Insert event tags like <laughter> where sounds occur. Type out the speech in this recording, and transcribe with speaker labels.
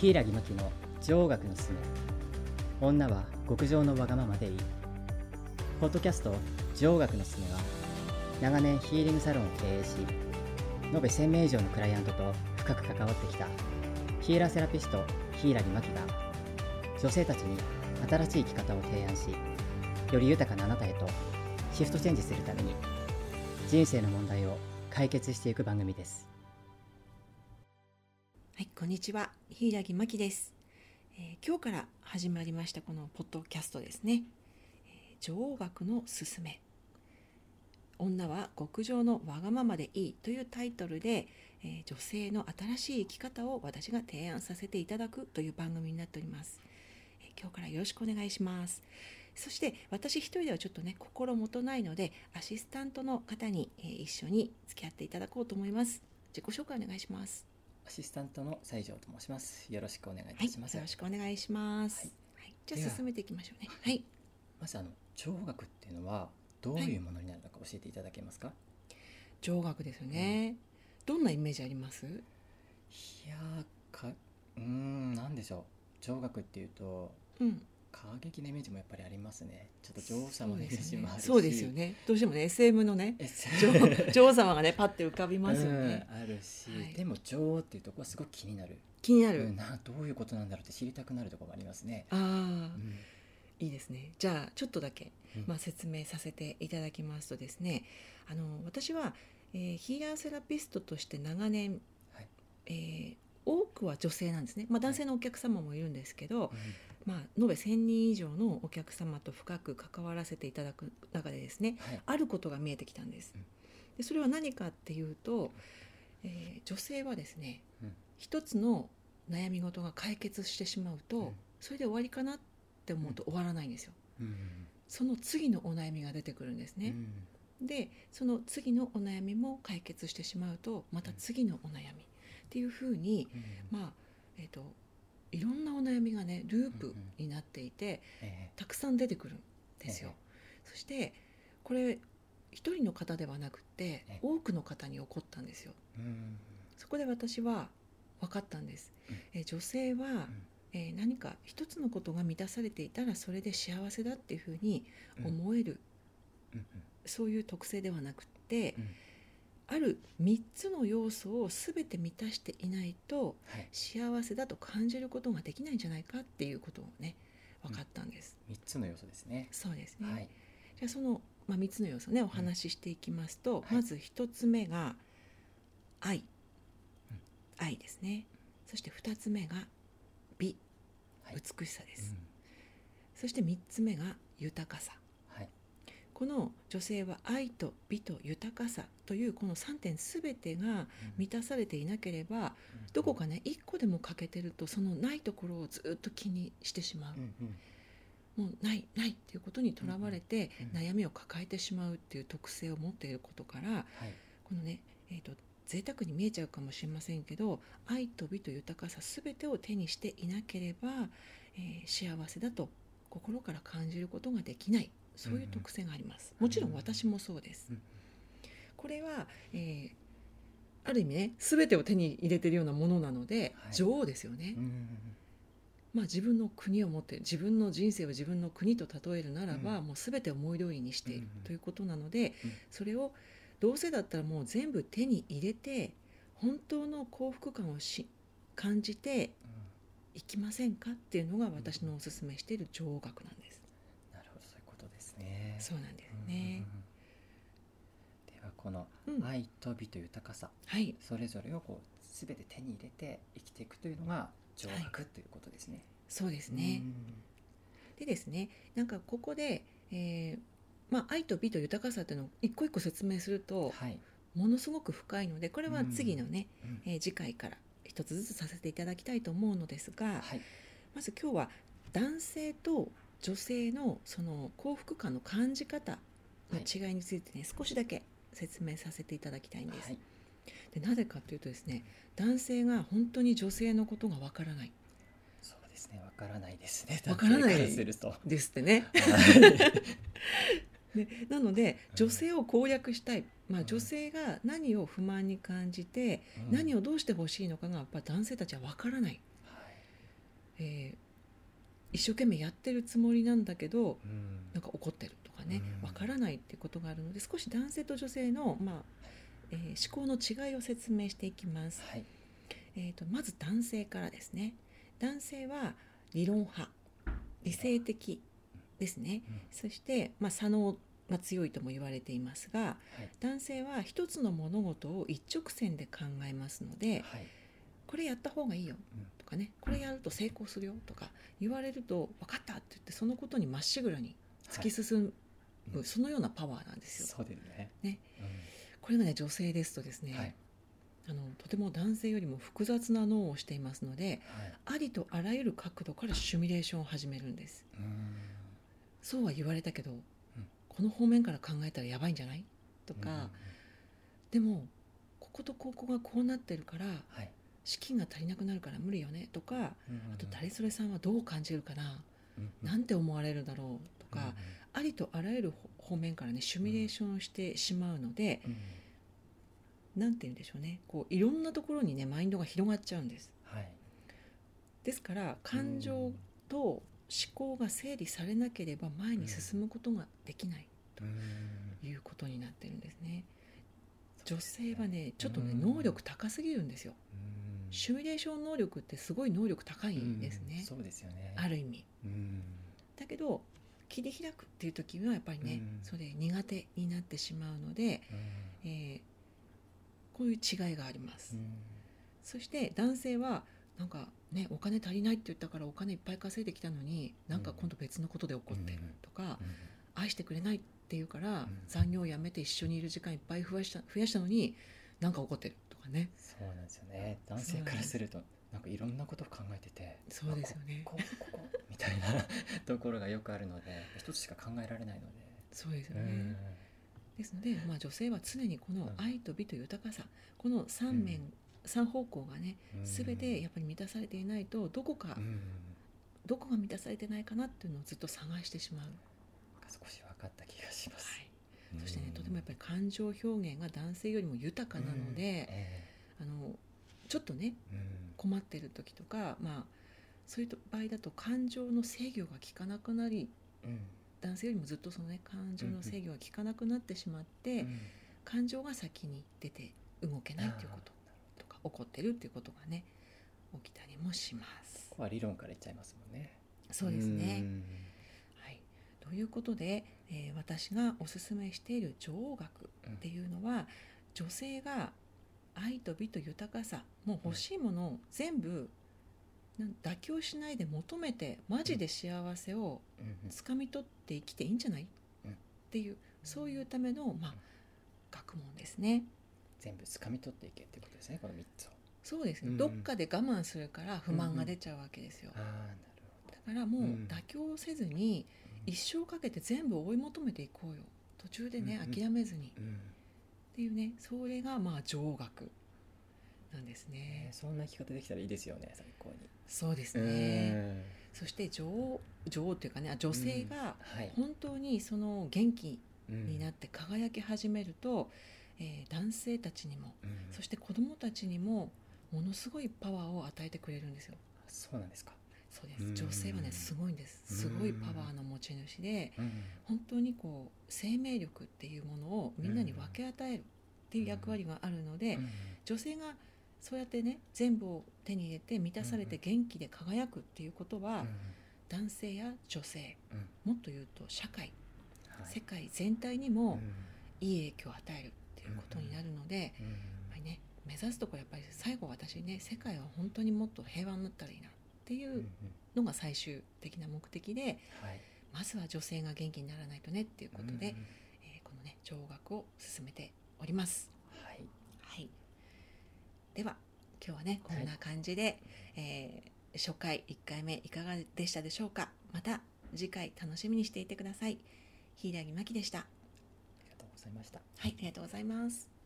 Speaker 1: 柊真希の女王学のすすめ女は極上のわがままでいいポッドキャスト女王学のすすめは長年ヒーリングサロンを経営し延べ1000名以上のクライアントと深く関わってきたヒーラーセラピスト柊真希が女性たちに新しい生き方を提案しより豊かなあなたへとシフトチェンジするために人生の問題を解決していく番組です
Speaker 2: はい、こんにちは、柊木真希です、えー今日から始まりましたこのポッドキャストですね。えー女王学のすすめ。女は極上のわがままでいいというタイトルで、えー女性の新しい生き方を私が提案させていただくという番組になっております。えー今日からよろしくお願いします。そして私一人ではちょっとね心もとないのでアシスタントの方に、えー一緒に付き合っていただこうと思います。自己紹介お願いします。
Speaker 1: アシスタントの西条と申しますよろしくお願いい
Speaker 2: はい、
Speaker 1: たします、
Speaker 2: よろしくお願いします。はい、じ
Speaker 1: で
Speaker 2: ゃ
Speaker 1: は
Speaker 2: あ進めていきましょうね。はい、
Speaker 1: まずあの聴覚っていうのはどういうものになるのか教えていただけますか、
Speaker 2: 上学ですよね。どんなイメージあります？
Speaker 1: い、やーかうーんなんでしょう聴覚っていうと
Speaker 2: うん、
Speaker 1: 過激なイメージもやっぱりありますねちょっと女王様のイメー <laughs> ジもあるし
Speaker 2: そうですよね。どうしてもね SM
Speaker 1: <laughs>
Speaker 2: のね、
Speaker 1: え
Speaker 2: <laughs> 女
Speaker 1: そう
Speaker 2: 王女王様がねパって浮かびますよね。
Speaker 1: うんあるし、
Speaker 2: はい
Speaker 1: でも女王っていうとこはすごく気になる、
Speaker 2: 気にな
Speaker 1: う
Speaker 2: る
Speaker 1: ん。などういうことなんだろうって知りたくなるところもありますね、
Speaker 2: あ
Speaker 1: う
Speaker 2: あ、
Speaker 1: ん
Speaker 2: いいですね。じゃあちょっとだけ、
Speaker 1: うん
Speaker 2: まあ説明させていただきますとですね、あの私は、えーヒーラーセラピストとして長年、
Speaker 1: はい
Speaker 2: えー多くは女性なんですね。まあ男性のお客様もいるんですけど、
Speaker 1: うん
Speaker 2: まあ、延べ1,000人以上のお客様と深く関わらせていただく中でですね
Speaker 1: はい
Speaker 2: あることが見えてきたんです
Speaker 1: うん。
Speaker 2: でそれは何かっていうと、えー女性はですね、
Speaker 1: うん
Speaker 2: 一つの悩み事が解決してしまうと、
Speaker 1: うん
Speaker 2: それで終わりかなって思うと終わらないんですよ。
Speaker 1: うん
Speaker 2: その次のお悩みが出てくるんです
Speaker 1: う
Speaker 2: ね。
Speaker 1: ん
Speaker 2: でその次のお悩みも解決してしまうとまた次のお悩みっていうふうに
Speaker 1: うん
Speaker 2: まあえっ、といろんなお悩みがねルー
Speaker 1: うんう
Speaker 2: プ
Speaker 1: ん
Speaker 2: になっていて、
Speaker 1: え
Speaker 2: たくさん出てくるんですよ
Speaker 1: え。
Speaker 2: そしてこれ一人の方ではなくて
Speaker 1: ええ
Speaker 2: 多くの方に起こったんですよ。
Speaker 1: えうん
Speaker 2: そこで私は分かったんです
Speaker 1: うん。
Speaker 2: えー女性は
Speaker 1: ん、
Speaker 2: えー何か一つのことが満たされていたらそれで幸せだっていうふうに思える、
Speaker 1: うん
Speaker 2: そういう特性ではなくって、
Speaker 1: うん
Speaker 2: ある3つの要素を全て満たしていないと
Speaker 1: はい
Speaker 2: 幸せだと感じることができないんじゃないかっていうことをね分かったんです。
Speaker 1: 三つの要素ですね、
Speaker 2: そうですね、
Speaker 1: はい
Speaker 2: じゃあその、まあ、3つの要素ねお話ししていきますと、
Speaker 1: はい
Speaker 2: まず1つ目が愛、愛ですねそして2つ目が美、
Speaker 1: はい
Speaker 2: 美しさで
Speaker 1: う
Speaker 2: す、
Speaker 1: ん
Speaker 2: そして3つ目が豊かさ
Speaker 1: はい
Speaker 2: この女性は愛と美と豊かさというこの3点全てが
Speaker 1: うん
Speaker 2: 満たされていなければどこかね1個でも欠けてるとそのないところをずっと気にしてしまう
Speaker 1: う、んうん
Speaker 2: もうないないっていうことにとらわれて
Speaker 1: うんうん
Speaker 2: 悩みを抱えてしまうっていう特性を持っていることから
Speaker 1: はい
Speaker 2: このね、えー、と贅沢に見えちゃうかもしれませんけど愛と美と豊かさ全てを手にしていなければ、えー幸せだと心から感じることができないそういう特性があります。
Speaker 1: うんうん
Speaker 2: もちろん私もそうです
Speaker 1: うんうん。
Speaker 2: これは、えーある意味ね全てを手に入れてるようなものなので、
Speaker 1: はい
Speaker 2: 女王ですよね。
Speaker 1: うんうんうん
Speaker 2: まあ、自分の国を持っている自分の人生を自分の国と例えるならば、
Speaker 1: う
Speaker 2: もう全て思い通りにしている
Speaker 1: うんうん
Speaker 2: ということなので、
Speaker 1: うん
Speaker 2: それをどうせだったらもう全部手に入れて本当の幸福感をし感じて
Speaker 1: うん
Speaker 2: いきませんかっていうのが私のおすすめしている女王学なんです。
Speaker 1: なるほどそういうことですね。
Speaker 2: そうなんです
Speaker 1: うんうんうん
Speaker 2: ね、
Speaker 1: ではこの
Speaker 2: うん
Speaker 1: 愛と美と豊かさ、
Speaker 2: はい
Speaker 1: それぞれをこうすべて手に入れて生きていくというのが上白ということですね。
Speaker 2: そうです
Speaker 1: うん
Speaker 2: ね、でですねなんかここで、えーまあ、愛と美と豊かさっていうのを一個一個説明すると、
Speaker 1: はい。
Speaker 2: ものすごく深いのでこれは次のね、
Speaker 1: うん
Speaker 2: えー次回から一つずつさせていただきたいと思うのですが
Speaker 1: はい。
Speaker 2: まず今日は男性と女性のその幸福感の感じ方の違いについてね、少しだけ説明させていただきたいんです。
Speaker 1: はい。
Speaker 2: でなぜかというとですね男性が本当に女性のことがわからない
Speaker 1: そうですね。わからないですね。
Speaker 2: わからない
Speaker 1: 男性らすると。
Speaker 2: <laughs> ですってね。
Speaker 1: はい
Speaker 2: ねなので
Speaker 1: うん
Speaker 2: 女性を攻略したい、ま
Speaker 1: う
Speaker 2: あ、
Speaker 1: ん
Speaker 2: 女性が何を不満に感じて、
Speaker 1: うん
Speaker 2: 何をどうしてほしいのかがやっぱ男性たちはわからない
Speaker 1: はい
Speaker 2: えー一生懸命やってるつもりなんだけど
Speaker 1: うん
Speaker 2: なんか怒ってるとかね
Speaker 1: うん
Speaker 2: わからないっていうことがあるので少し男性と女性の、まあえー思考の違いを説明していきます、
Speaker 1: はい
Speaker 2: えー、とまず男性からですね男性は理論派理性的ですね
Speaker 1: うん
Speaker 2: そして、まあ、左脳が強いとも言われていますが
Speaker 1: はい
Speaker 2: 男性は一つの物事を一直線で考えますので
Speaker 1: はい
Speaker 2: これやった方がいいよ
Speaker 1: うん
Speaker 2: とかねこれやると成功するよとか言われると分かったって言ってそのことにまっしぐらに突き進む、
Speaker 1: うん
Speaker 2: そのようなパワーなんですよ。
Speaker 1: そうですね
Speaker 2: ね
Speaker 1: う
Speaker 2: これがね女性ですとですね、
Speaker 1: んはい
Speaker 2: あのとても男性よりも複雑な脳をしていますので
Speaker 1: はい
Speaker 2: ありとあらゆる角度からシミュレーションを始めるんです
Speaker 1: うん
Speaker 2: そうは言われたけど、この方面から考えたらやばいんじゃないとか、
Speaker 1: うん
Speaker 2: でもこことここがこうなってるから
Speaker 1: はい
Speaker 2: 資金が足りなくなるから無理よねとかあと誰それさんはどう感じるかな、な
Speaker 1: と
Speaker 2: んて思われるだろうとか、ありとあらゆる方面からねシミュレーションをしてしまうので、なんて言うんでしょうねこういろんなところにねマインドが広がっちゃうんです
Speaker 1: はい
Speaker 2: ですから感情と思考が整理されなければ前に進むことができない
Speaker 1: うん
Speaker 2: ということになってるんですね女性はねちょっとね
Speaker 1: うん
Speaker 2: 能力高すぎるんですよ
Speaker 1: うん
Speaker 2: シミュレーション能力ってすごい能力高いんです
Speaker 1: うん
Speaker 2: ね
Speaker 1: そうですよね
Speaker 2: ある意味
Speaker 1: うん
Speaker 2: だけど切り開くっていう時はやっぱり
Speaker 1: う
Speaker 2: ね
Speaker 1: ん
Speaker 2: それ苦手になってしまうので
Speaker 1: うん
Speaker 2: えーこういう違いがあります、
Speaker 1: うん
Speaker 2: そして男性はなんかねお金足りないって言ったからお金いっぱい稼いできたのになんか今度別のことで怒ってるとか、愛してくれないって言うから、
Speaker 1: ん
Speaker 2: 残業をやめて一緒にいる時間いっぱい増やした増やしたのになんか怒ってるとかね
Speaker 1: そうなんですよね男性からするとなんかいろんなことを考えてて
Speaker 2: そうですよね
Speaker 1: ここここみたい
Speaker 2: <laughs>
Speaker 1: なところがよくあるので一つしか考えられないので
Speaker 2: そうですよ
Speaker 1: う
Speaker 2: ね
Speaker 1: ん
Speaker 2: ですので、まあ、女性は常にこの
Speaker 1: うん
Speaker 2: 愛と美と豊かさこの3面、
Speaker 1: うん
Speaker 2: 3方向がね
Speaker 1: うん
Speaker 2: 全てやっぱり満たされていないとどこか
Speaker 1: うん
Speaker 2: どこが満たされてないかなっていうのをずっと探してしまう、
Speaker 1: なんか少し分かった気がします、
Speaker 2: そしてねとてもやっぱり感情表現が男性よりも豊かなので、あのちょっとね困ってる時とか、まあ、そういう場合だと感情の制御が効かなくなり男性よりもずっとそのね感情の制御が効かなくなってしまって、感情が先に出て動けないっていうこととか怒ってるっていうことがね起きたりもします
Speaker 1: こ。こは理論から言っちゃいますもんね
Speaker 2: そうですね、
Speaker 1: ん
Speaker 2: はい、ということで、えー私がおすすめしている女王学っていうのは、女性が愛と美と豊かさもう欲しいものを全部なん妥協しないで求めてマジで幸せを
Speaker 1: うんうん
Speaker 2: つかみ取って生きていいんじゃない
Speaker 1: うん
Speaker 2: っていうそういうための、まあ
Speaker 1: うん、
Speaker 2: 学問ですね。
Speaker 1: 全部掴み取っていけってことですねこの3つを
Speaker 2: そうです
Speaker 1: う
Speaker 2: ね
Speaker 1: ん
Speaker 2: どっかで我慢するから不満が出ちゃうわけですよ
Speaker 1: ああなる
Speaker 2: だからもう
Speaker 1: うん
Speaker 2: 妥協せずに
Speaker 1: ほど
Speaker 2: 一生かけて全部追い求めていこうよ途中でね
Speaker 1: うんうん
Speaker 2: 諦めずに
Speaker 1: うん
Speaker 2: っていうねそれがまあ上学なんです
Speaker 1: ね
Speaker 2: ね
Speaker 1: そんな生き方できたらいいですよね最高に
Speaker 2: そうですねそして女王女王というかねあ女性が
Speaker 1: うんはい
Speaker 2: 本当にその元気にな
Speaker 1: っ
Speaker 2: って輝き始めると、えー男性たちにもそして子供たちにもものすごいパワーを与えてくれるんですよ
Speaker 1: そうなんですか
Speaker 2: そう
Speaker 1: うん
Speaker 2: です女性はねすごいんですすごいパワーの持ち主で
Speaker 1: うん
Speaker 2: 本当にこう生命力っていうものをみんなに分け与えるっていう役割があるので、
Speaker 1: うん
Speaker 2: 女性がそうやってね全部を手に入れて満たされ
Speaker 1: うんう
Speaker 2: て
Speaker 1: ん
Speaker 2: 元気で輝くっていうことは、
Speaker 1: うん
Speaker 2: 男性や女性
Speaker 1: うん
Speaker 2: もっと言うと社会、
Speaker 1: はい
Speaker 2: 世界全体に
Speaker 1: う
Speaker 2: も
Speaker 1: ん
Speaker 2: いい影響を与えるっていうことになるので、や
Speaker 1: う
Speaker 2: っ
Speaker 1: ん
Speaker 2: ぱりね目指すところやっぱり最後私ね世界は本当にもっと平和になったらいいなってい
Speaker 1: うんうん
Speaker 2: うのが最終的な目的で、
Speaker 1: はい
Speaker 2: まずは女性が元気にならないとねっていうことで、
Speaker 1: うん
Speaker 2: えーこのね上学を進めております。
Speaker 1: はい
Speaker 2: はい。では今日はねこんな感じで、えー初回1回目いかがでしたでしょうか。また次回楽しみにしていてください。柊真希でした。
Speaker 1: ありがとうございました
Speaker 2: はい、ありがとうございます。